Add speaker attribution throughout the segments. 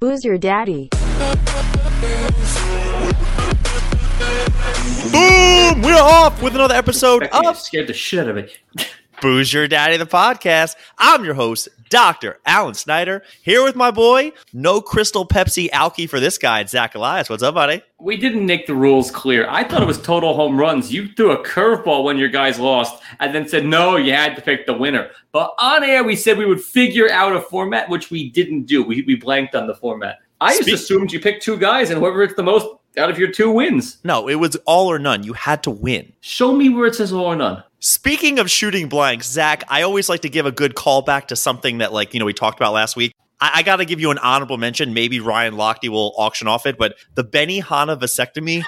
Speaker 1: Who's your daddy?
Speaker 2: Boom! We're off with another episode
Speaker 3: Fucking
Speaker 2: of
Speaker 3: scared the shit out of me.
Speaker 2: Booze Your Daddy, the podcast. I'm your host, Dr. Alan Snyder, here with my boy, no crystal Pepsi alky for this guy, Zach Elias. What's up, buddy?
Speaker 3: We didn't make the rules clear. I thought it was total home runs. You threw a curveball when your guys lost and then said, no, you had to pick the winner. But on air, we said we would figure out a format, which we didn't do. We, we blanked on the format. I
Speaker 2: Speak-
Speaker 3: just assumed you picked two guys and whoever it's the most out of your two wins.
Speaker 2: No, it was all or none. You had to win.
Speaker 3: Show me where it says all or none.
Speaker 2: Speaking of shooting blanks, Zach, I always like to give a good callback to something that, like, you know, we talked about last week. I, I got to give you an honorable mention. Maybe Ryan Lochte will auction off it, but the Benny Hanna vasectomy.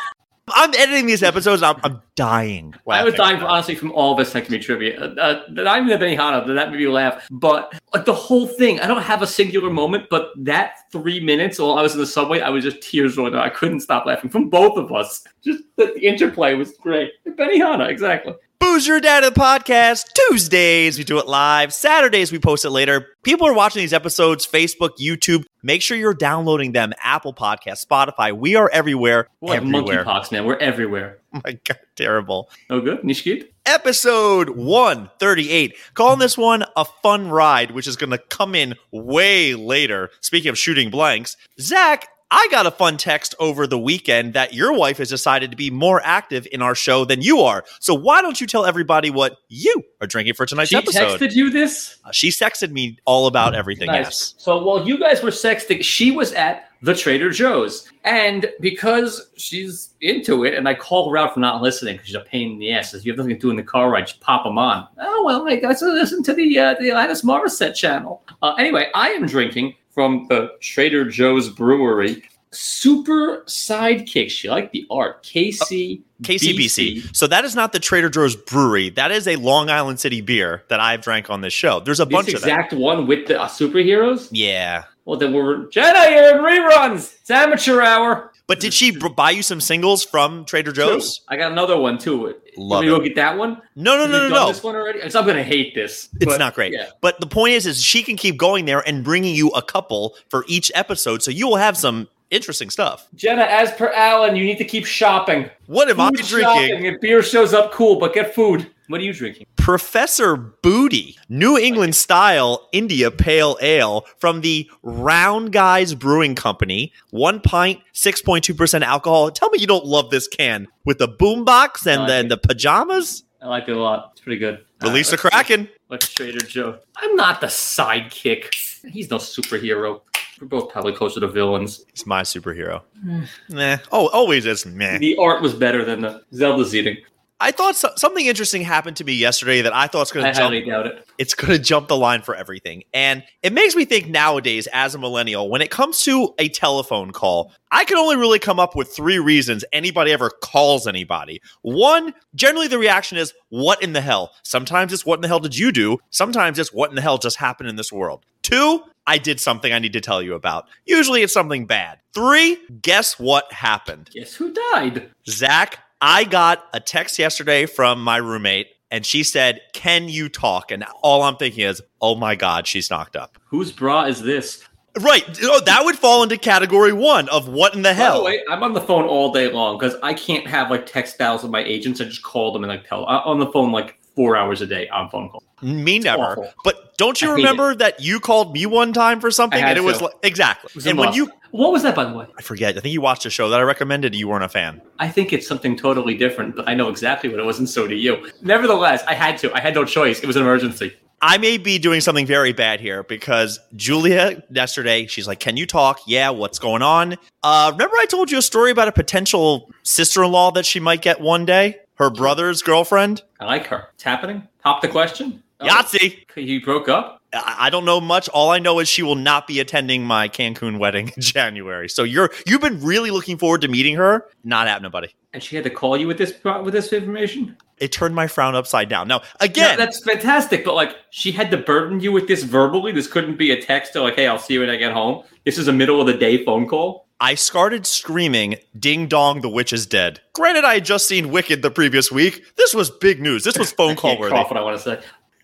Speaker 2: I'm editing these episodes. I'm, I'm dying.
Speaker 3: I was
Speaker 2: laughing.
Speaker 3: dying, honestly, from all this me trivia. Uh, uh, not even the Benihana, that made me laugh. But like, the whole thing, I don't have a singular moment, but that three minutes while I was in the subway, I was just tears rolling down. I couldn't stop laughing from both of us. Just the, the interplay was great. Benihana, exactly.
Speaker 2: Booze Your Dad of the podcast. Tuesdays, we do it live. Saturdays, we post it later. People are watching these episodes Facebook, YouTube. Make sure you're downloading them Apple Podcasts, Spotify. We are everywhere.
Speaker 3: We're like
Speaker 2: everywhere.
Speaker 3: monkeypox, man. We're everywhere.
Speaker 2: Oh my God, terrible.
Speaker 3: No good? Nishkid?
Speaker 2: Episode 138. Calling this one a fun ride, which is going to come in way later. Speaking of shooting blanks, Zach. I got a fun text over the weekend that your wife has decided to be more active in our show than you are. So why don't you tell everybody what you are drinking for tonight's
Speaker 3: She
Speaker 2: episode?
Speaker 3: texted you this?
Speaker 2: Uh, She sexted me all about everything. Yes.
Speaker 3: So while you guys were sexting, she was at the Trader Joe's. And because she's into it, and I call her out for not listening because she's a pain in the ass. Says, you have nothing to do in the car ride, just pop them on. Oh, well, I guess I listen to the, uh, the Alanis Morissette channel. Uh, anyway, I am drinking from the Trader Joe's Brewery. Super sidekick. She liked the art. KC.
Speaker 2: KCBC. So that is not the Trader Joe's brewery. That is a Long Island City beer that I've drank on this show. There's a bunch
Speaker 3: This
Speaker 2: of them.
Speaker 3: exact one with the uh, superheroes?
Speaker 2: Yeah.
Speaker 3: Well, then we're Jedi here in reruns. It's amateur hour.
Speaker 2: But did she b- buy you some singles from Trader Joe's?
Speaker 3: Two. I got another one too.
Speaker 2: Love
Speaker 3: Love
Speaker 2: it.
Speaker 3: you want me to go get that one.
Speaker 2: No, no,
Speaker 3: Have you
Speaker 2: no, no,
Speaker 3: done
Speaker 2: no.
Speaker 3: This one already. It's- I'm gonna hate this.
Speaker 2: It's
Speaker 3: but-
Speaker 2: not great.
Speaker 3: Yeah.
Speaker 2: But the point is, is she can keep going there and bringing you a couple for each episode, so you will have some interesting stuff.
Speaker 3: Jenna, as per Alan, you need to keep shopping.
Speaker 2: What am I
Speaker 3: Food shopping.
Speaker 2: drinking?
Speaker 3: If beer shows up, cool, but get food. What are you drinking?
Speaker 2: Professor Booty, New England style India Pale Ale from the Round Guys Brewing Company. One pint, 6.2% alcohol. Tell me you don't love this can with the boombox and
Speaker 3: I
Speaker 2: then
Speaker 3: do.
Speaker 2: the pajamas.
Speaker 3: I like it a lot. It's pretty good.
Speaker 2: Release the
Speaker 3: All right, let's-
Speaker 2: Kraken.
Speaker 3: Let's Trader Joe. I'm not the sidekick. He's no superhero. We're both probably closer to villains.
Speaker 2: It's my superhero.
Speaker 3: Hmm.
Speaker 2: nah. Oh, always is. Meh.
Speaker 3: The art was better than the Zelda's eating.
Speaker 2: I thought so- something interesting happened to me yesterday that I thought was going
Speaker 3: I
Speaker 2: to jump
Speaker 3: highly doubt it.
Speaker 2: it's going to jump the line for everything. And it makes me think nowadays, as a millennial, when it comes to a telephone call, I can only really come up with three reasons anybody ever calls anybody. One, generally the reaction is, What in the hell? Sometimes it's, What in the hell did you do? Sometimes it's, What in the hell just happened in this world? Two, I did something I need to tell you about. Usually it's something bad. Three, guess what happened?
Speaker 3: Guess who died?
Speaker 2: Zach, I got a text yesterday from my roommate and she said, Can you talk? And all I'm thinking is, Oh my God, she's knocked up.
Speaker 3: Whose bra is this?
Speaker 2: Right. Oh, that would fall into category one of what in the
Speaker 3: By the
Speaker 2: hell?
Speaker 3: way, I'm on the phone all day long because I can't have like text dials with my agents. I just call them and like tell I'm on the phone like four hours a day on phone call.
Speaker 2: me never.
Speaker 3: awful.
Speaker 2: But don't you
Speaker 3: I hate
Speaker 2: remember that you called me one time for something?
Speaker 3: had
Speaker 2: And it was
Speaker 3: to.
Speaker 2: like, exactly.
Speaker 3: It was a
Speaker 2: and when
Speaker 3: must.
Speaker 2: you,
Speaker 3: what was that by the way?
Speaker 2: I forget, I think you watched a show that I recommended and you weren't a fan.
Speaker 3: I think it's something totally different, but I know exactly what it was, and so do you. Nevertheless, I had to. I had no choice. It was an emergency.
Speaker 2: I may be doing something very bad here because Julia yesterday, she's like, Can you talk? Yeah, what's going on? Uh, remember, I told you a story about a potential sister in law that she might get one day? Her brother's girlfriend?
Speaker 3: I like her. It's happening. Pop the question. Oh,
Speaker 2: Yahtzee.
Speaker 3: You broke up.
Speaker 2: I I don't know much. All I know is she will not be attending my Cancun wedding in January. So you're you've been really looking forward to meeting her. Not happening, buddy.
Speaker 3: And she had to call you with this with this information.
Speaker 2: It turned my frown upside down. Now
Speaker 3: Yeah,
Speaker 2: again,
Speaker 3: that's fantastic. But like, she had to burden you with this verbally. This couldn't be a text or like, "Hey, I'll see you when I get home." This is a middle of the day phone call.
Speaker 2: I started screaming, Ding dong, the witch is dead. Granted, I had just seen Wicked the previous week. This was big news. This was phone
Speaker 3: I
Speaker 2: call
Speaker 3: can't cough
Speaker 2: worthy.
Speaker 3: what I want to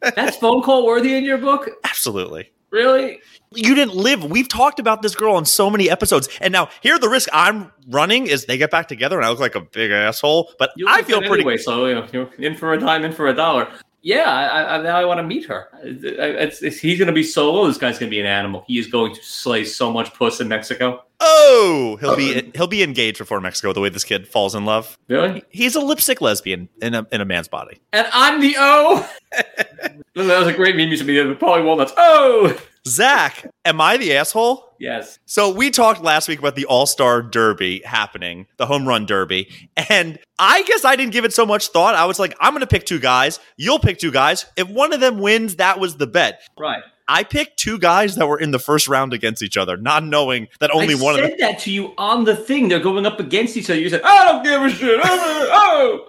Speaker 3: say. That's phone call worthy in your book.
Speaker 2: Absolutely.
Speaker 3: Really?
Speaker 2: You didn't live. We've talked about this girl on so many episodes. And now here the risk I'm running is they get back together and I look like a big asshole. But
Speaker 3: You
Speaker 2: I
Speaker 3: look
Speaker 2: feel
Speaker 3: good
Speaker 2: pretty
Speaker 3: anyway, so you know, you're in for a dime, in for a dollar. Yeah, I, I, now I want to meet her. I- I- it's- it's- he's going to be solo. This guy's going to be an animal. He is going to slay so much puss in Mexico.
Speaker 2: Oh, he'll
Speaker 3: Uh-huh.
Speaker 2: be he'll be engaged before Mexico the way this kid falls in love.
Speaker 3: Really?
Speaker 2: He's a lipstick lesbian in a in a man's body.
Speaker 3: And I'm the O. that was a great meme used to be the Polly Walnuts. Oh,
Speaker 2: Zach, am I the asshole?
Speaker 3: yes.
Speaker 2: So we talked last week about the All Star Derby happening, the home run derby. And I guess I didn't give it so much thought. I was like, I'm going to pick two guys. You'll pick two guys. If one of them wins, that was the bet.
Speaker 3: Right.
Speaker 2: I picked two guys that were in the first round against each other, not knowing that only
Speaker 3: I
Speaker 2: one of
Speaker 3: said
Speaker 2: them.
Speaker 3: that to you on the thing. They're going up against each other. You said, "I don't give a shit." Oh, oh.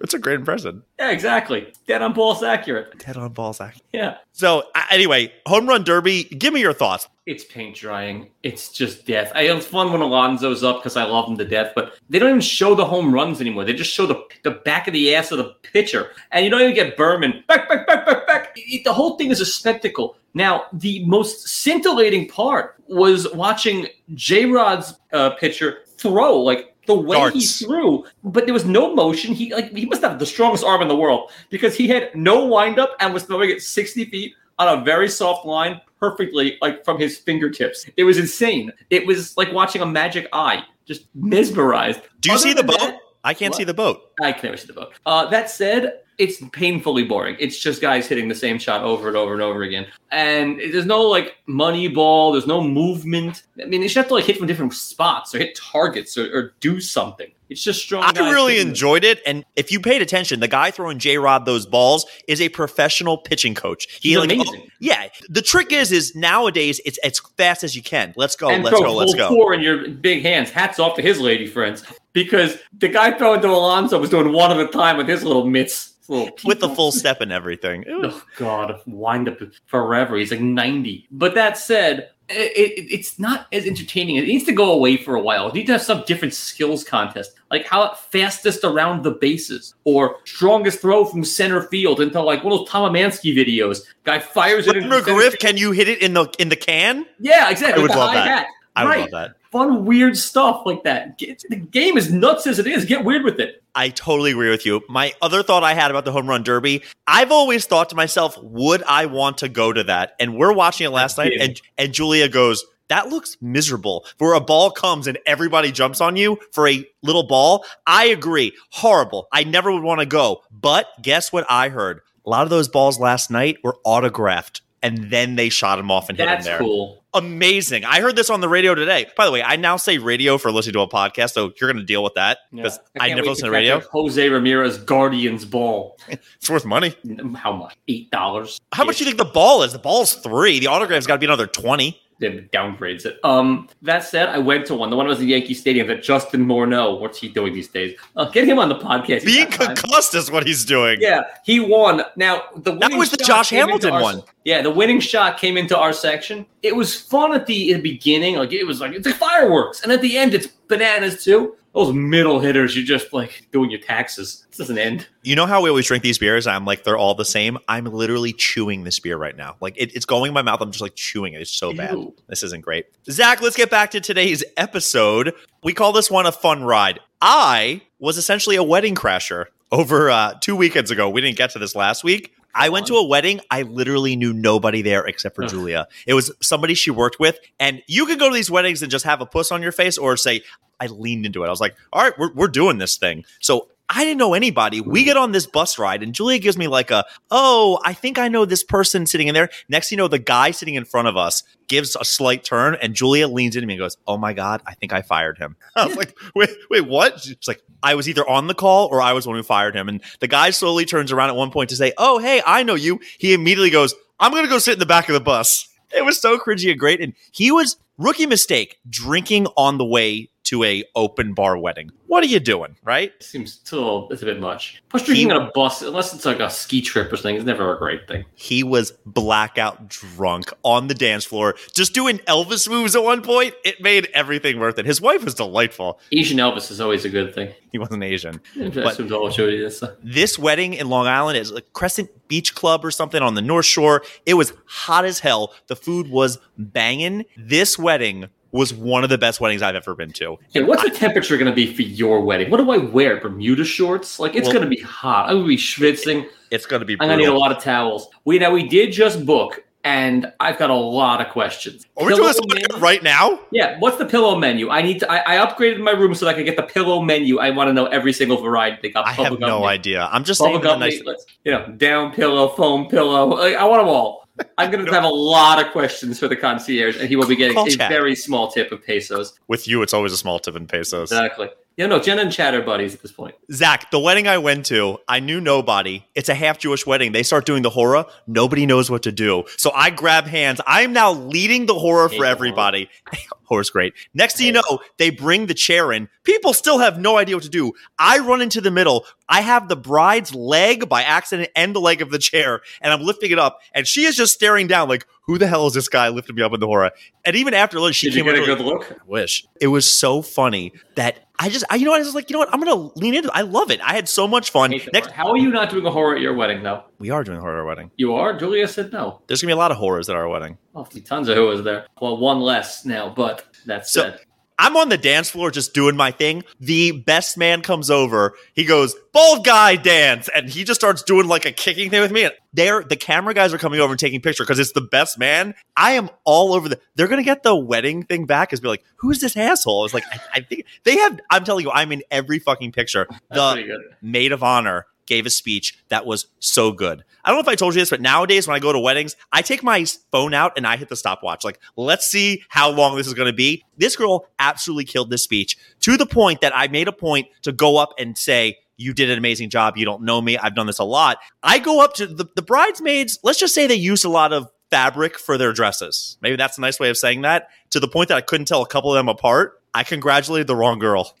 Speaker 2: It's a great impression.
Speaker 3: yeah, exactly. Dead on balls accurate.
Speaker 2: Head on balls, Zach.
Speaker 3: Yeah,
Speaker 2: So I- anyway, home run derby. Give me your thoughts.
Speaker 3: it's paint drying. It's just death. I it's fun when Alonzo's up because I love him to death, but they don't even show the home runs anymore. They just show the the back of the ass of the pitcher, and you don't even get Berman back, back, back, back, back. It- the whole thing is a spectacle. Now, the most scintillating part was watching J Rod's uh, pitcher throw like. The way
Speaker 2: Darts.
Speaker 3: he threw, but there was no motion. He like he must have the strongest arm in the world because he had no windup and was throwing it sixty feet on a very soft line perfectly like from his fingertips it was insane it was like watching a magic eye just mesmerized
Speaker 2: Do you
Speaker 3: Other
Speaker 2: see the
Speaker 3: than
Speaker 2: boat?
Speaker 3: that-
Speaker 2: I can't
Speaker 3: What?
Speaker 2: see the boat.
Speaker 3: i can never see the boat uh, that said it's painfully boring it's just guys hitting the same shot over and over and over again and it- there's no like money ball there's no movement i mean you should have to like hit from different spots or hit targets or, or do something it's just strong
Speaker 2: I
Speaker 3: guys
Speaker 2: really
Speaker 3: hitting them.
Speaker 2: enjoyed it. And if you paid attention, the guy throwing J Rod those balls is a professional pitching coach. He
Speaker 3: He's
Speaker 2: like, oh,
Speaker 3: amazing.
Speaker 2: yeah. The trick is, is nowadays it's as fast as you can. Let's go.
Speaker 3: and
Speaker 2: let's
Speaker 3: throw
Speaker 2: go. Let's
Speaker 3: full
Speaker 2: go.
Speaker 3: four in your big hands. Hats off to his lady friends because the guy throwing to Alonso was doing one at a time with his little mitts. his little
Speaker 2: With the
Speaker 3: people.
Speaker 2: full step and everything. It was-
Speaker 3: Oh God, wind up forever. He's like ninety. But that said, it, it, it's not as entertaining. It needs to go away for a while. It needs to have some different skills contest, like how fastest around the bases or strongest throw from center field into like one of those Tom Amansky videos. Guy fires it. into
Speaker 2: Lemmer
Speaker 3: center
Speaker 2: Griff,
Speaker 3: field.
Speaker 2: can you hit it in the in the can?
Speaker 3: Yeah, exactly.
Speaker 2: I would
Speaker 3: with the
Speaker 2: love
Speaker 3: high
Speaker 2: that.
Speaker 3: Hat.
Speaker 2: I
Speaker 3: right
Speaker 2: would love that.
Speaker 3: fun, weird stuff like that. Get, the game is nuts as it is. Get weird with it.
Speaker 2: I totally agree with you. My other thought I had about the home run derby, I've always thought to myself, would I want to go to that? And we're watching it last night,
Speaker 3: did.
Speaker 2: and and Julia goes, that looks miserable. Where a ball comes and everybody jumps on you for a little ball. I agree, horrible. I never would want to go. But guess what I heard? A lot of those balls last night were autographed, and then they shot them off and hit them
Speaker 3: That's
Speaker 2: there
Speaker 3: cool.
Speaker 2: amazing. I heard this on the radio today. By the way, I now say radio for listening to a podcast, so you're going to deal with that because I,
Speaker 3: can't
Speaker 2: never
Speaker 3: wait
Speaker 2: listen to
Speaker 3: catch
Speaker 2: radio.
Speaker 3: up Jose Ramirez Guardians ball.
Speaker 2: It's worth money.
Speaker 3: How much? Eight dollars.
Speaker 2: How much do you think the ball is? The ball's three. The autograph's got to be another twenty.
Speaker 3: It downgrades it. Um. That said, I went to one. The one that was in Yankee Stadium. That Justin Morneau. What's he doing these days? Uh, get him on the podcast. He's
Speaker 2: Being
Speaker 3: got time.
Speaker 2: concussed is what he's doing.
Speaker 3: Yeah, he won. Now the winning
Speaker 2: was the
Speaker 3: shot
Speaker 2: Josh
Speaker 3: came into
Speaker 2: Hamilton
Speaker 3: our-
Speaker 2: one.
Speaker 3: Yeah, the winning shot came into our section. It was fun at the, at the beginning, like it was like it's like fireworks, and at the end it's bananas too. Those middle hitters, you're just like doing your taxes. This doesn't end.
Speaker 2: You know how we always drink these beers? I'm like they're all the same. I'm literally chewing this beer right now. Like it, it's going in my mouth. I'm just like chewing it. It's so bad.
Speaker 3: Ew.
Speaker 2: This isn't great. Zach, let's get back to today's episode. We call this one a fun ride. I was essentially a wedding crasher over uh, two weekends ago. We didn't get to this last week. I went to a wedding. I literally knew nobody there except for
Speaker 3: Ugh.
Speaker 2: Julia. It was somebody she worked with. And you can go to these weddings and just have a puss on your face or say, I leaned into it. I was like, all right, we're, we're doing this thing. So I didn't know anybody. We get on this bus ride, and Julia gives me like a, oh, I think I know this person sitting in there. Next, thing you know, the guy sitting in front of us gives a slight turn, and Julia leans into me and goes, oh my God, I think I fired him. I was like, wait, wait, what? She's like, I was either on the call or I was the one who fired him. And the guy slowly turns around at one point to say, oh, hey, I know you. He immediately goes, I'm going to go sit in the back of the bus. It was so cringy and great. And he was rookie mistake drinking on the way to a open bar wedding. What are you doing, right?
Speaker 3: It seems it's a little, it's a bit much. Plus, drinking on a bus, unless it's like a ski trip or something, it's never a great thing.
Speaker 2: He was blackout drunk on the dance floor, just doing Elvis moves at one point. It made everything worth it. His wife was delightful.
Speaker 3: Asian Elvis is always a good thing.
Speaker 2: He wasn't Asian.
Speaker 3: I
Speaker 2: But-
Speaker 3: assumed all show you this.
Speaker 2: This wedding in Long Island is a Crescent Beach Club or something on the North Shore. It was hot as hell. The food was banging. This wedding was one of the best weddings I've ever been to.
Speaker 3: Hey, what's the temperature going to be for your wedding? What do I wear? Bermuda schorts? Like, it's
Speaker 2: Well-
Speaker 3: going to be hot. I'm going to be schwitzing.
Speaker 2: It's going to be
Speaker 3: I'm
Speaker 2: brutal.
Speaker 3: going to need a lot of towels. We now we did just book, and I've got a lot of questions.
Speaker 2: Are we Oh, doing this
Speaker 3: Pillow menu?
Speaker 2: right now?
Speaker 3: Yeah, what's the pillow menu? I need to. I, I upgraded my room so that I could get the pillow menu. I want to know every single variety they got.
Speaker 2: I have
Speaker 3: Bubblegum
Speaker 2: no
Speaker 3: mix,
Speaker 2: idea. I'm just saying.
Speaker 3: Bubble
Speaker 2: it's a
Speaker 3: gum,
Speaker 2: Nice,
Speaker 3: meatless, you know, down pillow, foam pillow. Like, I want them all. I'm going to have a lot of questions for the concierge, and he will be getting
Speaker 2: Call
Speaker 3: a
Speaker 2: Chad.
Speaker 3: very small tip of pesos.
Speaker 2: with you, it's always a small tip in pesos.
Speaker 3: Exactly. Yeah, no, Jen and Chad are buddies at this point.
Speaker 2: Zach, the wedding I went to, I knew nobody. It's a half Jewish wedding. They start doing the horror. Nobody knows what to do. So I grab hands. I am now leading the horror
Speaker 3: Hate
Speaker 2: for
Speaker 3: the
Speaker 2: everybody. Horror's great. Next thing you
Speaker 3: Hey.
Speaker 2: know, they bring the chair in. People still have no idea what to do. I run into the middle. I have the bride's leg by accident and the leg of the chair, and I'm lifting it up, and she is just staring down like, who the hell is this guy lifting me up in the horror? And even after lunch, she
Speaker 3: Did you
Speaker 2: came
Speaker 3: get
Speaker 2: over.
Speaker 3: a
Speaker 2: like,
Speaker 3: good look?
Speaker 2: wish. It was so funny that I just, I, you know, what? I was like, you know what, I'm gonna lean into. it. I love it. I had so much fun.
Speaker 3: Hate the
Speaker 2: Next,
Speaker 3: horror. How are you not doing a horror at your wedding, though?
Speaker 2: we are doing a horror wedding.
Speaker 3: You are? Julia said no.
Speaker 2: There's gonna be a lot of horrors at our wedding.
Speaker 3: Oh, tons of who was there. Well, one less now, but that's
Speaker 2: So-
Speaker 3: it.
Speaker 2: I'm on the dance floor just doing my thing. The best man comes over. He goes, "Bald guy dance," and he just starts doing like a kicking thing with me. And there, the camera guys are coming over and taking picture because it's the best man. I am all over the. They're gonna get the wedding thing back. Is be like, "Who's this asshole?" I was like, I, I think they have. I'm telling you, I'm in every fucking picture.
Speaker 3: That's
Speaker 2: The
Speaker 3: pretty good.
Speaker 2: maid of honor gave a speech that was so good. I don't know if I told you this, but nowadays when I go to weddings, I take my phone out and I hit the stopwatch. Like, let's see how long this is going to be. This girl absolutely killed this speech to the point that I made a point to go up and say, you did an amazing job. You don't know me. I've done this a lot. I go up to the, the bridesmaids. Let's just say they use a lot of fabric for their dresses. Maybe that's a nice way of saying that to the point that I couldn't tell a couple of them apart. I congratulated the wrong girl.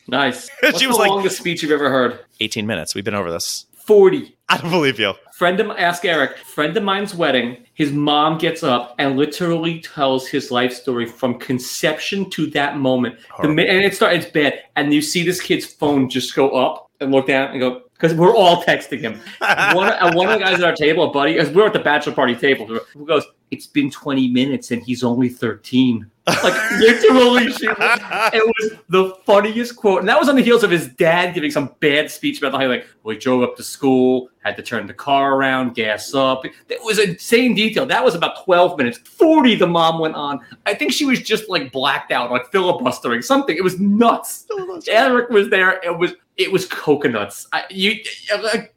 Speaker 3: Nice.
Speaker 2: She
Speaker 3: What's
Speaker 2: was
Speaker 3: the
Speaker 2: like-
Speaker 3: longest speech you've ever heard?
Speaker 2: 18 minutes. We've been over this.
Speaker 3: 40.
Speaker 2: I don't believe you.
Speaker 3: Friend of ask Eric. Friend of mine's wedding. His mom gets up and literally tells his life story from conception to that moment. The,
Speaker 2: Horrible.
Speaker 3: mi- and it starts. It's bad. And you see this kid's phone just go up and look down and go because we're all texting him. one, and one of the guys at our table, a buddy, because we were at the bachelor party table, who goes, "It's been 20 minutes and he's only 13." Like literally, she was it was the funniest quote, and that was on the heels of his dad giving some bad speech about how like we drove up to school, had to turn the car around, gas up. It was insane detail. That was about twelve minutes. Forty, the mom went on. I think she was just like blacked out, like filibustering something. It was nuts. Eric was there. It was it was coconuts. I, you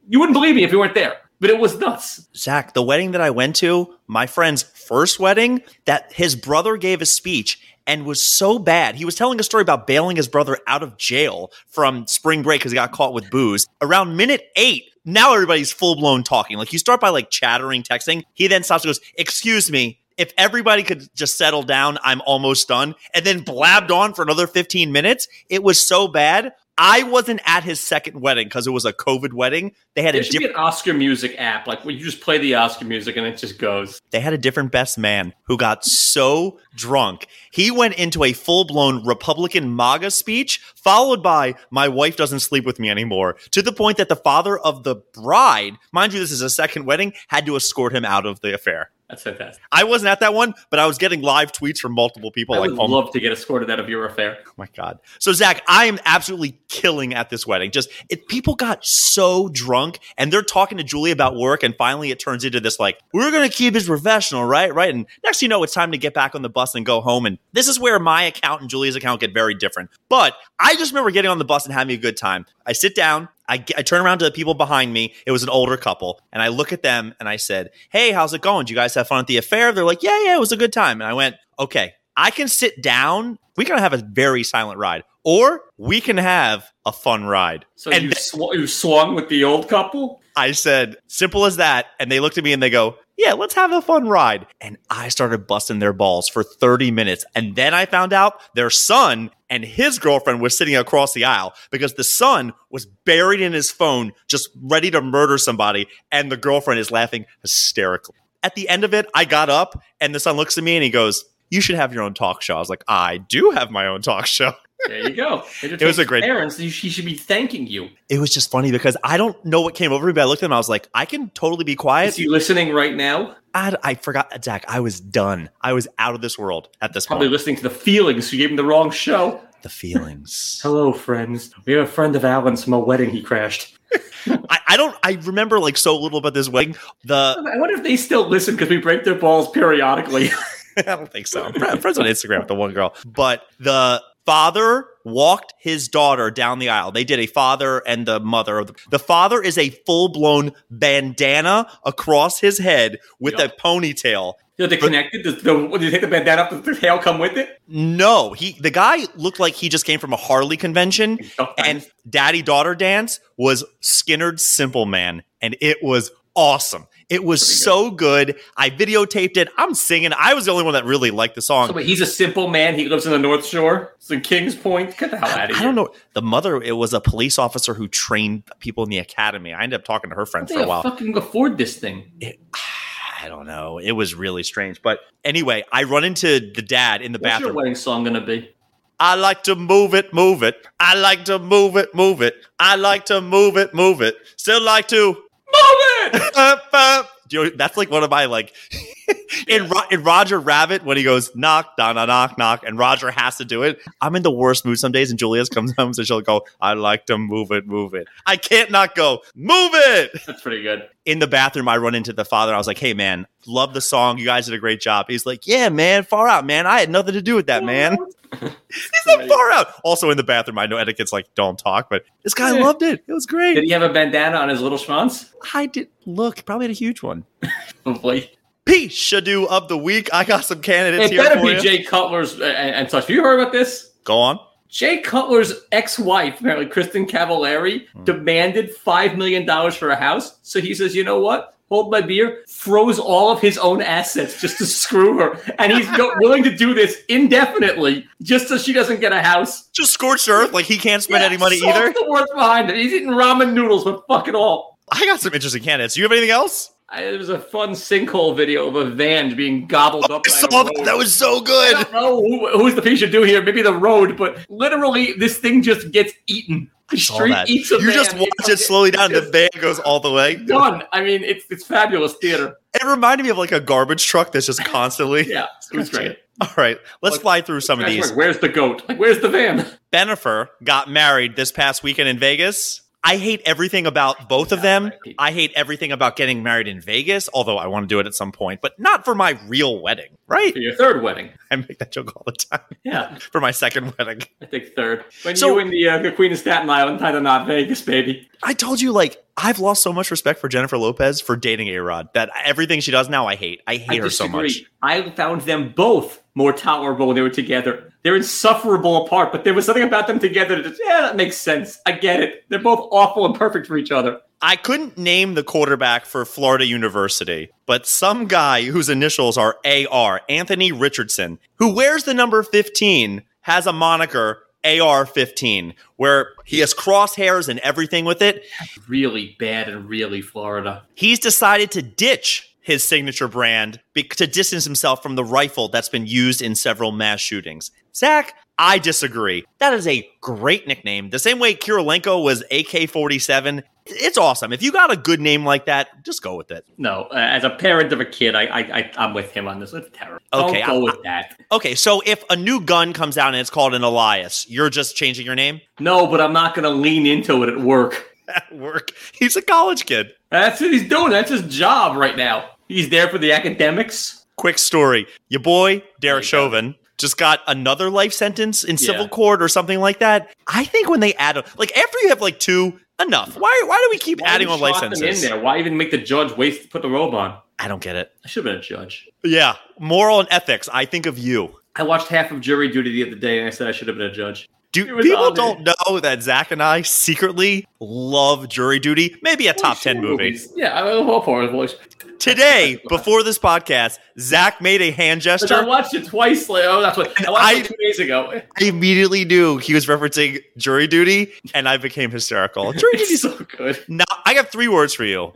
Speaker 3: you wouldn't believe me if you weren't there, but it was nuts.
Speaker 2: Zach, the wedding that I went to, my friend's first wedding, that his brother gave a speech and was so bad. He was telling a story about bailing his brother out of jail from spring break because he got caught with booze. Around minute eight, now everybody's full blown talking. Like you start by like chattering, texting. He then stops and goes, Excuse me. If everybody could just settle down, I'm almost done. And then blabbed on for another 15 minutes. It was so bad. I wasn't at his second wedding because it was a COVID wedding. They had a
Speaker 3: There should
Speaker 2: different.
Speaker 3: be an Oscar music app, like where you just play the Oscar music and it just goes.
Speaker 2: they had a different best man who got so drunk he went into a full-blown republican maga speech followed by my wife doesn't sleep with me anymore to the point that the father of the bride mind you this is a second wedding had to escort him out of the affair
Speaker 3: That's fantastic.
Speaker 2: i wasn't at that one but i was getting live tweets from multiple people
Speaker 3: I
Speaker 2: like
Speaker 3: would
Speaker 2: oh
Speaker 3: love to get escorted out of your affair.
Speaker 2: my god so zach i am absolutely killing at this wedding just it, people got so drunk and they're talking to julie about work and finally it turns into this like we're gonna keep his professional right right and next you know it's time to get back on the bus and go home and this is where my account and julie's account get very different but i just remember getting on the bus and having a good time i sit down I, get- I turn around to the people behind me. It was an older couple. And I look at them and I said, Hey, how's it going? Did you guys have fun at the affair? They're like, Yeah, yeah, it was a good time. And I went, Okay, I can sit down. We can have a very silent ride, or we can have a fun ride.
Speaker 3: So
Speaker 2: And
Speaker 3: you,
Speaker 2: th-
Speaker 3: sw- you swung with the old couple?
Speaker 2: I said, simple as that. And they looked at me and they go, Yeah, let's have a fun ride. And I started busting their balls for 30 minutes. And then I found out their son and his girlfriend was sitting across the aisle because the son was buried in his phone, just ready to murder somebody. And the girlfriend is laughing hysterically. At the end of it, I got up and the son looks at me and he goes, You should have your own talk show. I was like, I do have my own talk show.
Speaker 3: There you go. It,
Speaker 2: was a great-
Speaker 3: parents. you- She should be thanking you.
Speaker 2: It was just funny because I don't know what came over me, but I looked at him. I was like, I can totally be quiet.
Speaker 3: Is you listening right now?
Speaker 2: I, I forgot, Zach. I was done. I was out of this world at this
Speaker 3: Probably
Speaker 2: point.
Speaker 3: listening to the feelings. You gave him the wrong show.
Speaker 2: The feelings.
Speaker 3: Hello, friends. We have a friend of Alan's from a wedding he crashed.
Speaker 2: I, I don't. I remember like so little about this wedding. The
Speaker 3: I wonder if they still listen because we break their balls periodically.
Speaker 2: I don't think so. I'm fri- I'm friends on Instagram with the one girl, but the father walked his daughter down the aisle. They did a father and the mother. of The, the father is a full blown bandana across his head with
Speaker 3: Yup.
Speaker 2: a ponytail.
Speaker 3: you know, they connected. Does the, when you take the bandana off, does the tail come with it?
Speaker 2: No, he the guy looked like he just came from a Harley convention.
Speaker 3: Oh,
Speaker 2: and daddy daughter dance was Skinnered Simple Man, and it was awesome. It was
Speaker 3: Pretty good.
Speaker 2: so good. I videotaped it. I'm singing. I was the only one that really liked the song.
Speaker 3: So, wait, he's a simple man. He lives in the North Shore. It's in Kings Point. Get the hell out of
Speaker 2: I
Speaker 3: here.
Speaker 2: don't know. The mother, it was a police officer who trained people in the academy. I ended up talking to her
Speaker 3: How
Speaker 2: friend
Speaker 3: do
Speaker 2: for
Speaker 3: They
Speaker 2: a while.
Speaker 3: fucking afford this thing.
Speaker 2: It- I don't know. It was really strange. But anyway, I run into the dad in the
Speaker 3: What's your
Speaker 2: bathroom.
Speaker 3: wedding song gonna be?
Speaker 2: I like to move it, move it. I like to move it, move it. I like to move it, move it. Still like to
Speaker 3: Move it!
Speaker 2: Up, up. Do you- that's like one of my like in, Ro- in Roger Rabbit when he goes knock, da da knock, knock, and Roger has to do it. I'm in the worst mood some days, and Julia's comes home and she'll go, "I like to move it, move it. I can't not go move it."
Speaker 3: That's pretty good.
Speaker 2: In the bathroom, I run into the father. I was like, "Hey, man, love the song. You guys did a great job." He's like, "Yeah, man, far out, man. I had nothing to do with that, man. He's not far out." Also in the bathroom, I know etiquette's like don't talk, but this guy
Speaker 3: Yeah.
Speaker 2: loved it. It was
Speaker 3: Did
Speaker 2: great.
Speaker 3: he have a bandana on his little schwanz?
Speaker 2: I did look. Probably had a huge one.
Speaker 3: Hopefully.
Speaker 2: Peace Shadoo of the week. I got some candidates
Speaker 3: It
Speaker 2: here
Speaker 3: better
Speaker 2: for
Speaker 3: be
Speaker 2: you.
Speaker 3: Jay Cutler's uh, and, and such. Have you heard about this?
Speaker 2: Go on.
Speaker 3: Jay Cutler's ex-wife, apparently Kristen Cavallari, demanded five million dollars for a house. So he says, "You know what? Hold my beer." Froze all of his own assets just to screw her, and he's go- willing to do this indefinitely just so she doesn't get a house.
Speaker 2: Just scorched earth. Like he can't spend
Speaker 3: Yeah,
Speaker 2: any money
Speaker 3: salt
Speaker 2: either.
Speaker 3: The worth behind it. He's eating ramen noodles, but fuck it all.
Speaker 2: I got some interesting candidates. You have anything else?
Speaker 3: I, it was a fun sinkhole video of a van being gobbled up.
Speaker 2: I
Speaker 3: by a
Speaker 2: saw that.
Speaker 3: road.
Speaker 2: That was so
Speaker 3: I
Speaker 2: good.
Speaker 3: don't know who, who's the piece you do here. Maybe the road, but literally, this thing just gets eaten. The
Speaker 2: Saw
Speaker 3: street
Speaker 2: that.
Speaker 3: eats a
Speaker 2: You just
Speaker 3: man.
Speaker 2: watch it slowly down. The van goes all the way.
Speaker 3: It's done. I mean, it's it's fabulous theater.
Speaker 2: It reminded me of like a garbage truck that's just constantly.
Speaker 3: Yeah, it was great.
Speaker 2: All right, let's
Speaker 3: Like,
Speaker 2: fly through some of
Speaker 3: Guys,
Speaker 2: these.
Speaker 3: like, where's the goat? Like, where's the van?
Speaker 2: Benifer got married this past weekend in Vegas. I hate everything about both of them. I hate everything about getting married in Vegas, although I want to do it at some point, but not for my real wedding, right?
Speaker 3: For your third wedding.
Speaker 2: I make that joke all the time.
Speaker 3: Yeah,
Speaker 2: for my second wedding.
Speaker 3: I think third. When
Speaker 2: So-
Speaker 3: you and the, uh, the Queen of Staten Island tied the knot, Vegas, baby.
Speaker 2: I told you, like, I've lost so much respect for Jennifer Lopez for dating A Rod that everything she does now, I hate. I hate
Speaker 3: I
Speaker 2: her so
Speaker 3: disagree.
Speaker 2: much.
Speaker 3: I found them both more tolerable when they were together. They're insufferable apart, but there was something about them together that just, yeah, that makes sense. I get it. They're both awful and perfect for each other.
Speaker 2: I couldn't name the quarterback for Florida University, but some guy whose initials are AR, Anthony Richardson, who wears the number 15, has a moniker AR 15, where he has crosshairs and everything with it.
Speaker 3: Really bad and really Florida.
Speaker 2: He's decided to ditch his signature brand be- to distance himself from the rifle that's been used in several mass shootings. Zach, I disagree. That is a great nickname. The same way Kirilenko was AK 47. It's awesome. If you got a good name like that, just go with it.
Speaker 3: No, uh, as a parent of a kid, I, I, I I'm with him on this. It's terrible.
Speaker 2: Okay,
Speaker 3: Don't go
Speaker 2: I-
Speaker 3: with that.
Speaker 2: Okay, so if a new gun comes out and it's called an Elias, you're just changing your name?
Speaker 3: No, but I'm not going to lean into it at work.
Speaker 2: At work. He's a college kid.
Speaker 3: That's what he's doing. That's his job right now. He's there for the academics.
Speaker 2: Quick story. Your boy, Derek
Speaker 3: There you go.
Speaker 2: Chauvin, just got another life sentence in civil
Speaker 3: Yeah.
Speaker 2: court or something like that. I think when they add, a, like, after you have like two, enough. Why, why do we keep
Speaker 3: Why
Speaker 2: adding
Speaker 3: even
Speaker 2: on life
Speaker 3: slot them in
Speaker 2: sentences?
Speaker 3: there? Why even make the judge waste put the robe on?
Speaker 2: I don't get it.
Speaker 3: I should have been a judge.
Speaker 2: Yeah. Moral and ethics. I think of you.
Speaker 3: I watched half of Jury Duty the other day, and I said I should have been a judge.
Speaker 2: Do
Speaker 3: was
Speaker 2: people
Speaker 3: on
Speaker 2: don't know that Zach and I secretly love Jury Duty? Maybe a top ten movie.
Speaker 3: Yeah, I'm all for it. boys.
Speaker 2: Today, before this podcast, Zach made a hand
Speaker 3: But I
Speaker 2: gesture.
Speaker 3: watched it twice. Like, oh, that's what I watched it
Speaker 2: I-
Speaker 3: two days ago.
Speaker 2: I immediately knew he was referencing Jury Duty, and I became hysterical. Jury
Speaker 3: It's
Speaker 2: Duty's
Speaker 3: so good.
Speaker 2: no, I got three words for you: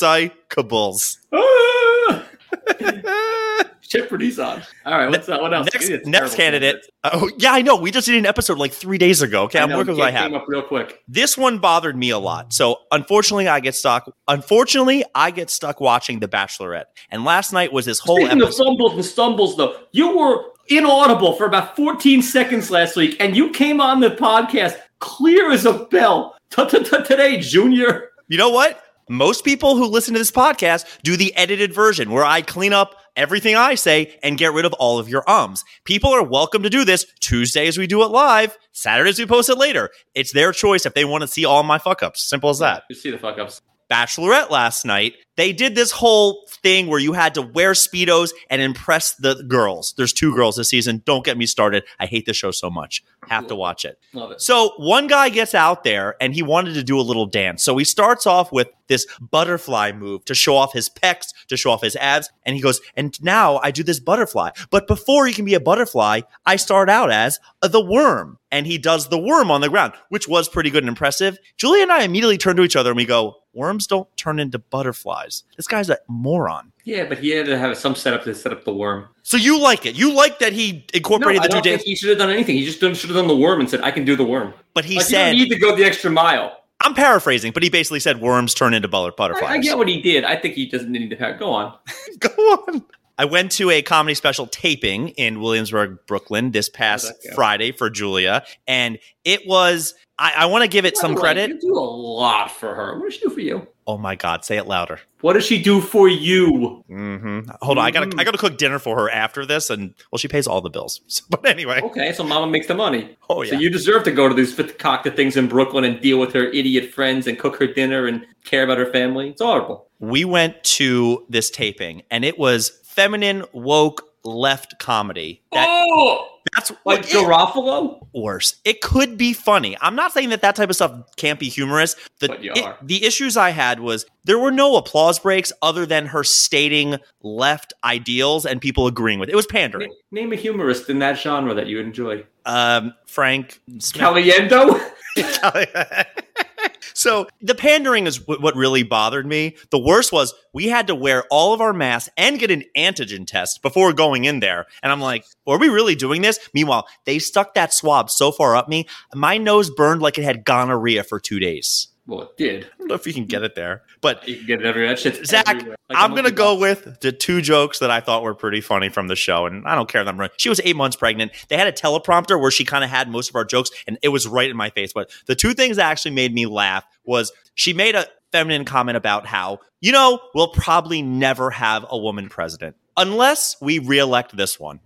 Speaker 2: non-recyclables.
Speaker 3: Ah! Jeopardy's on. All right, what's uh, what else?
Speaker 2: next,
Speaker 3: We did
Speaker 2: next
Speaker 3: terrible
Speaker 2: candidate. Oh, yeah, I know. We just did an episode like three days ago. Okay, I'm
Speaker 3: know,
Speaker 2: working with
Speaker 3: it
Speaker 2: what I have.
Speaker 3: Came up real quick.
Speaker 2: This one bothered me a lot. So unfortunately, I get stuck. Unfortunately, I get stuck watching The Bachelorette. And last night was this whole
Speaker 3: Speaking
Speaker 2: episode.
Speaker 3: of fumbles and stumbles, though, you were inaudible for about 14 seconds last week, and you came on the podcast clear as a bell today, Junior.
Speaker 2: you know what? Most people who listen to this podcast do the edited version where I clean up everything I say and get rid of all of your ums. People are welcome to do this Tuesdays. We do it live. Saturdays we post it later. It's their choice if they want to see all my fuck ups. Simple as that.
Speaker 3: You see the fuck ups.
Speaker 2: Bachelorette last night, they did this whole thing where you had to wear Speedos and impress the girls. There's two girls this season. Don't get me started. I hate the show so much. Have to watch it.
Speaker 3: Love it.
Speaker 2: So one guy gets out there and he wanted to do a little dance. So he starts off with this butterfly move to show off his pecs, to show off his abs. And he goes, and now I do this butterfly. But before you can be a butterfly, I start out as the worm. And he does the worm on the ground, which was pretty good and impressive. Julie and I immediately turn to each other and we go, worms don't turn into butterflies. This guy's a moron.
Speaker 3: Yeah, but he had to have some setup to set up the worm.
Speaker 2: So you like it. You like that he
Speaker 3: No,
Speaker 2: incorporated
Speaker 3: I
Speaker 2: the
Speaker 3: don't
Speaker 2: two
Speaker 3: think
Speaker 2: days.
Speaker 3: he should have done anything. He just done- should have done the worm and said, "I can do the worm."
Speaker 2: But he
Speaker 3: Like,
Speaker 2: said,
Speaker 3: you don't need to go the extra mile.
Speaker 2: I'm paraphrasing, but he basically said worms turn into butter-
Speaker 3: I,
Speaker 2: butterflies.
Speaker 3: I get what he did. I think he doesn't need to have. Go on.
Speaker 2: Go on. I went to a comedy special taping in Williamsburg, Brooklyn this past
Speaker 3: that go?
Speaker 2: Friday for Julia. And it was, I, I want to give it
Speaker 3: By
Speaker 2: some
Speaker 3: the way,
Speaker 2: credit.
Speaker 3: You do a lot for her. What does she do for you?
Speaker 2: Oh my God, say it louder.
Speaker 3: What does she do for you?
Speaker 2: hmm Hold on. I
Speaker 3: Mm-hmm.
Speaker 2: got to I gotta cook dinner for her after this. And well, she pays all the bills. So, but anyway.
Speaker 3: Okay, so Mama makes the money.
Speaker 2: Oh, yeah.
Speaker 3: So you deserve to go to these concocted things in Brooklyn and deal with her idiot friends and cook her dinner and care about her family. It's horrible.
Speaker 2: we went to this taping and it was feminine, woke, left comedy. That,
Speaker 3: oh,
Speaker 2: that's
Speaker 3: like
Speaker 2: what it
Speaker 3: Garofalo.
Speaker 2: worse. It could be funny. I'm not saying that that type of stuff can't be humorous. The,
Speaker 3: But you
Speaker 2: it-
Speaker 3: are.
Speaker 2: the issues I had was there were no applause breaks other than her stating left ideals and people agreeing with it. It was pandering.
Speaker 3: Name, name a humorist in that genre that you enjoy.
Speaker 2: Um, Frank Smith.
Speaker 3: Caliendo.
Speaker 2: so the pandering is w- what really bothered me. The worst was we had to wear all of our masks and get an antigen test before going in there. And I'm like, are we really doing this? Meanwhile, they stuck that swab so far up me, my nose burned like it had gonorrhea for two days.
Speaker 3: Well, it did.
Speaker 2: I don't know if you can get it there, but
Speaker 3: You can get it everywhere. That shit's
Speaker 2: Zach,
Speaker 3: everywhere. Like a
Speaker 2: I'm gonna
Speaker 3: monkey
Speaker 2: go
Speaker 3: box.
Speaker 2: with the two jokes that I thought were pretty funny from the show, and I don't care that I'm right. She was eight months pregnant. They had a teleprompter where she kind of had most of our jokes, and it was right in my face. But the two things that actually made me laugh was she made a feminine comment about how you know we'll probably never have a woman president unless we reelect this one.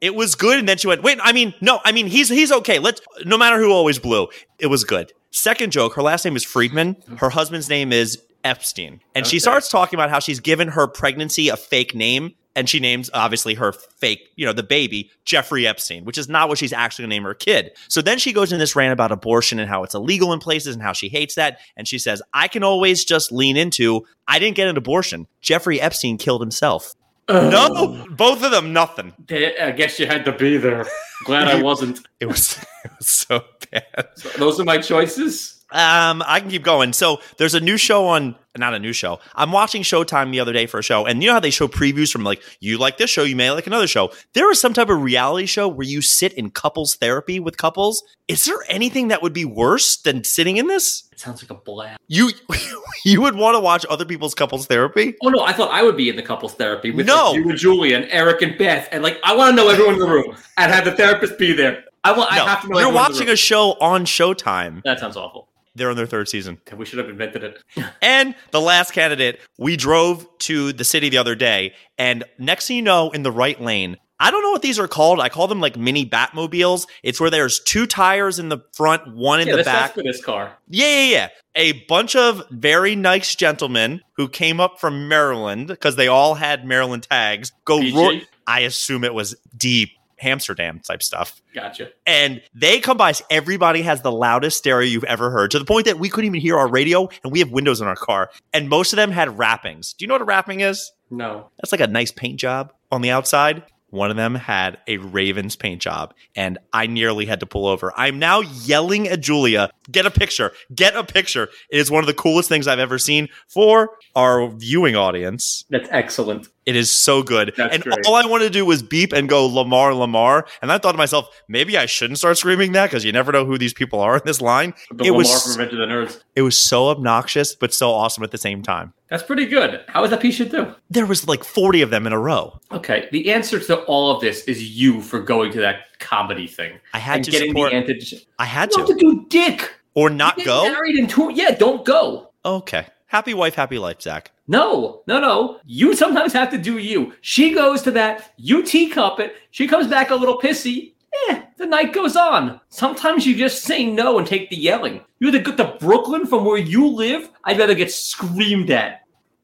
Speaker 2: It was good, and then she went, "Wait, I mean, no, I mean he's he's okay. Let's no matter who always blew. It was good." Second joke, her last name is Friedman. Her husband's name is Epstein, and she
Speaker 3: Okay.
Speaker 2: starts talking about how she's given her pregnancy a fake name, and she names obviously her fake, you know, the baby Jeffrey Epstein, which is not what she's actually going to name her kid. So then she goes in this rant about abortion and how it's illegal in places and how she hates that, and she says, "I can always just lean into I didn't get an abortion. Jeffrey Epstein killed himself."
Speaker 3: Ugh.
Speaker 2: No, both of them, nothing.
Speaker 3: Uh, I guess you had to be there. Glad I wasn't.
Speaker 2: It was it was so bad.
Speaker 3: So those are my choices.
Speaker 2: Um, I can keep going. So there's a new show on not a new show. I'm watching Showtime the other day for a show, and you know how they show previews from like you like this show, you may like another show. There is some type of reality show where you sit in couples therapy with couples. Is there anything that would be worse than sitting in this?
Speaker 3: It sounds like a blast.
Speaker 2: You you would want to watch other people's couples therapy?
Speaker 3: Oh no, I thought I would be in the couples therapy with
Speaker 2: No.
Speaker 3: like, you and Julia and Eric and Beth, and like I want to know everyone in the room and have the therapist be there. I want. I have to know.
Speaker 2: you're
Speaker 3: everyone in the
Speaker 2: watching
Speaker 3: room.
Speaker 2: a show on Showtime.
Speaker 3: That sounds awful.
Speaker 2: They're on their third season.
Speaker 3: We should have invented it.
Speaker 2: And the last candidate, we drove to the city the other day, and next thing you know, in the right lane, I don't know what these are called. I call them like mini Batmobiles. It's where there's two tires in the front, one in
Speaker 3: yeah,
Speaker 2: the
Speaker 3: this
Speaker 2: back.
Speaker 3: for this car.
Speaker 2: Yeah, yeah, yeah. A bunch of very nice gentlemen who came up from Maryland because they all had Maryland tags. Go,
Speaker 3: BG?
Speaker 2: ro- I assume it was deep Amsterdam type stuff.
Speaker 3: Gotcha.
Speaker 2: And they come by. Everybody has the loudest stereo you've ever heard to the point that we couldn't even hear our radio and we have windows in our car. And most of them had wrappings. Do you know what a wrapping is?
Speaker 3: No.
Speaker 2: That's like a nice paint job on the outside. One of them had a Ravens paint job, and I nearly had to pull over. I'm now yelling at Julia, get a picture, get a picture. It is one of the coolest things I've ever seen for our viewing audience.
Speaker 3: That's excellent.
Speaker 2: It is so good.
Speaker 3: That's
Speaker 2: and
Speaker 3: great.
Speaker 2: all I wanted to do was beep and go Lamar, Lamar. And I thought to myself, maybe I shouldn't start screaming that because you never know who these people are in this line. It
Speaker 3: The Lamar
Speaker 2: was-
Speaker 3: from Revenge of the Nerds.
Speaker 2: It was so obnoxious, but so awesome at the same time.
Speaker 3: That's pretty good. How is that piece of do?
Speaker 2: There was like 40 of them in a row.
Speaker 3: Okay. The answer to all of this is you for going to that comedy thing
Speaker 2: I had
Speaker 3: and
Speaker 2: to
Speaker 3: getting
Speaker 2: support.
Speaker 3: the anti.
Speaker 2: I had
Speaker 3: What
Speaker 2: to,
Speaker 3: to do, Dick?
Speaker 2: or not
Speaker 3: Get
Speaker 2: go.
Speaker 3: Married in two. Yeah, don't go.
Speaker 2: Okay. Happy wife, happy life, Zach.
Speaker 3: No, no, no. You sometimes have to do you. She goes to that, you teacup it. She comes back a little pissy. Eh, the night goes on. Sometimes you just say no and take the yelling. You either get to Brooklyn from where you live, I'd rather get screamed at.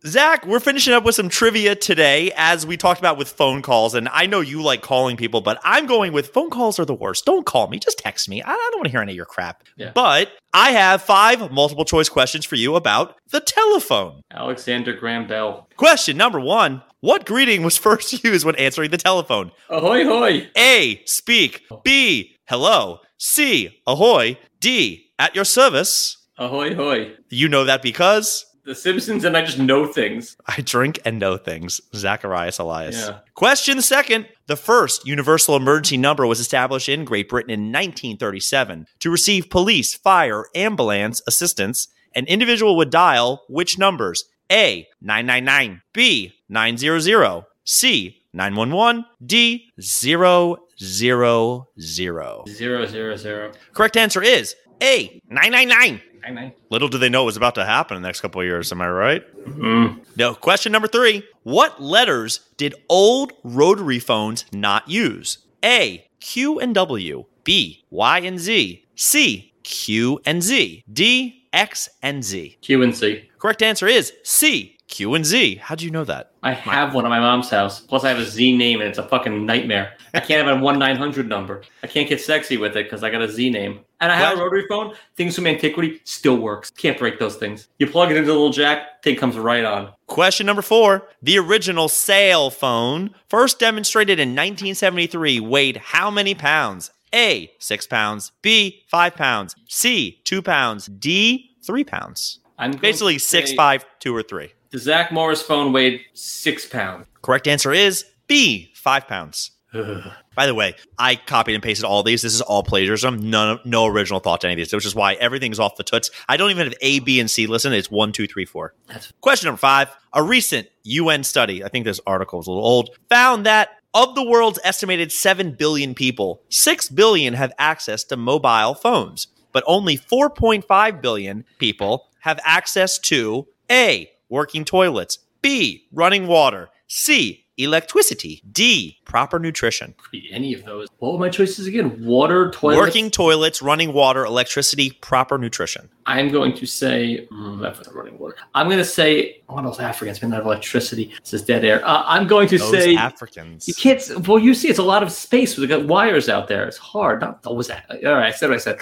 Speaker 2: Zach, we're finishing up with some trivia today, as we talked about with phone calls. And I know you like calling people, but I'm going with phone calls are the worst. Don't call me. Just text me. I I don't want to hear any of your crap.
Speaker 3: Yeah.
Speaker 2: But I have five multiple choice questions for you about the telephone.
Speaker 3: Alexander Graham Bell.
Speaker 2: Question number one What greeting was first used when answering the telephone?
Speaker 3: Ahoy, hoy.
Speaker 2: A. Speak. B. Hello. C. Ahoy. D. At your service.
Speaker 3: Ahoy, hoy.
Speaker 2: You know that because.
Speaker 3: The Simpsons and I just know things.
Speaker 2: I drink and know things. Zacharias Elias.
Speaker 3: Yeah.
Speaker 2: Question second. The first universal emergency number was established in Great Britain in 1937 to receive police, fire, ambulance assistance. An individual would dial which numbers? A. 999. B. 900. C. 911. D. 000.
Speaker 3: Zero, zero, zero.
Speaker 2: Correct answer is A. 999.
Speaker 3: Nine, nine.
Speaker 2: Little did they know it was about to happen in the next couple of years. Am I right?
Speaker 3: Mm.
Speaker 2: No. Question number three. What letters did old rotary phones not use? A, Q and W. B, Y and Z. C, Q and Z. D, X and Z.
Speaker 3: Q and C.
Speaker 2: Correct answer is C, Q and Z. How do you know that?
Speaker 3: I have one at my mom's house. Plus, I have a Z name, and it's a fucking nightmare. I can't have a one nine hundred number. I can't get sexy with it because I got a Z name. And I have a
Speaker 2: What?
Speaker 3: rotary phone. Things from antiquity still works. Can't break those things. You plug it into the little jack, thing comes right on.
Speaker 2: Question number four. The original sail phone, first demonstrated in 1973, weighed how many pounds? A, six pounds. B, five pounds. C, two pounds. D, three pounds.
Speaker 3: I'm going
Speaker 2: Basically
Speaker 3: to
Speaker 2: six,
Speaker 3: say
Speaker 2: five, two, or three.
Speaker 3: The Zach Morris phone weighed six pounds.
Speaker 2: Correct answer is B, five pounds.
Speaker 3: Ugh.
Speaker 2: By the way, I copied and pasted all these. This is all plagiarism. None, no original thought to any of these, which is why everything's off the toots. I don't even have A, B, and C listed. It's one, two, three, four.
Speaker 3: That's-
Speaker 2: Question number five. A recent UN study, I think this article is a little old, found that of the world's estimated 7 billion people, 6 billion have access to mobile phones, but only 4.5 billion people have access to A, working toilets, B, running water, C, electricity, D, proper nutrition.
Speaker 3: Could be any of those. What were my choices again? Water, toilet.
Speaker 2: Working toilets, running water, electricity, proper nutrition.
Speaker 3: I'm going to say mm, that's not running water. I'm going to say Ah, one of those Africans. Man, that electricity. This is dead air. Uh, I'm going to
Speaker 2: Those
Speaker 3: say.
Speaker 2: Africans.
Speaker 3: You can't. s- Well, you see, it's a lot of space. We got wires out there. It's hard. Not what was that? All right, I said what I said.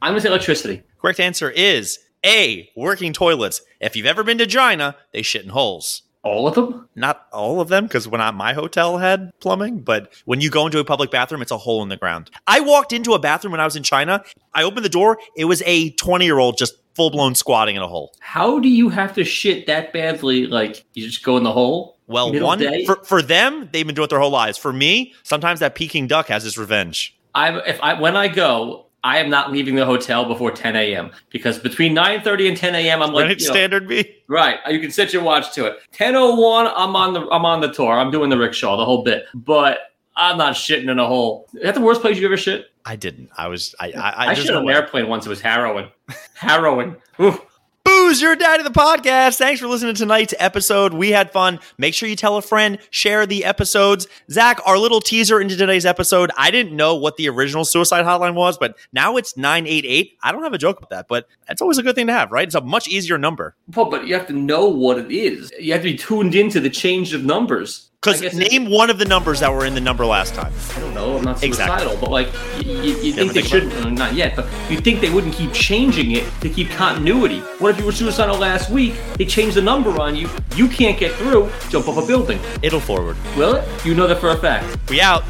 Speaker 3: I'm gonna say electricity.
Speaker 2: Correct answer is A, working toilets. If you've ever been to China, they shit in holes.
Speaker 3: All of them.
Speaker 2: Not all of them, because when I, my hotel had plumbing, but when you go into a public bathroom, it's a hole in the ground. I walked into a bathroom when I was in China. I opened the door. It was a 20 year old just full blown squatting in a hole.
Speaker 3: How do you have to shit that badly? Like you just go in the hole.
Speaker 2: Well,
Speaker 3: Middle
Speaker 2: one
Speaker 3: day?
Speaker 2: for, for them, they've been doing it their whole lives. For me, sometimes that Peking duck has his revenge.
Speaker 3: I'm if I when I go. I am not leaving the hotel before 10 a.m. because between 9:30 and 10 a.m. I'm like,
Speaker 2: right,
Speaker 3: you know,
Speaker 2: standard B.
Speaker 3: Right. You can set your watch to it. 1001, I'm on the I'm on the tour. I'm doing the rickshaw, the whole bit. But I'm not shitting in a hole. Is that the worst place you ever shit?
Speaker 2: I didn't. I was. I. I, I,
Speaker 3: I,
Speaker 2: just
Speaker 3: shit on an airplane once. It was harrowing. harrowing. Oof.
Speaker 2: Booze, your daddy the podcast. Thanks for listening to tonight's episode. We had fun. Make sure you tell a friend, share the episodes. Zach, our little teaser into today's episode. I didn't know what the original suicide hotline was, but now it's 988. I don't have a joke about that, but that's always a good thing to have, right? It's a much easier number.
Speaker 3: Well, but you have to know what it is. You have to be tuned into the change of numbers.
Speaker 2: Because
Speaker 3: I guess it-
Speaker 2: name one of the numbers that were in the number last time.
Speaker 3: I don't know. I'm not
Speaker 2: Exactly.
Speaker 3: suicidal, but like you, you, you think
Speaker 2: but
Speaker 3: they
Speaker 2: think
Speaker 3: should? uh, Not yet, but you think they wouldn't keep changing it to keep continuity? What if you were suicidal last week? They change the number on you. You can't get through. Jump off a building.
Speaker 2: It'll forward.
Speaker 3: Will it? You know that for a fact.
Speaker 2: We out.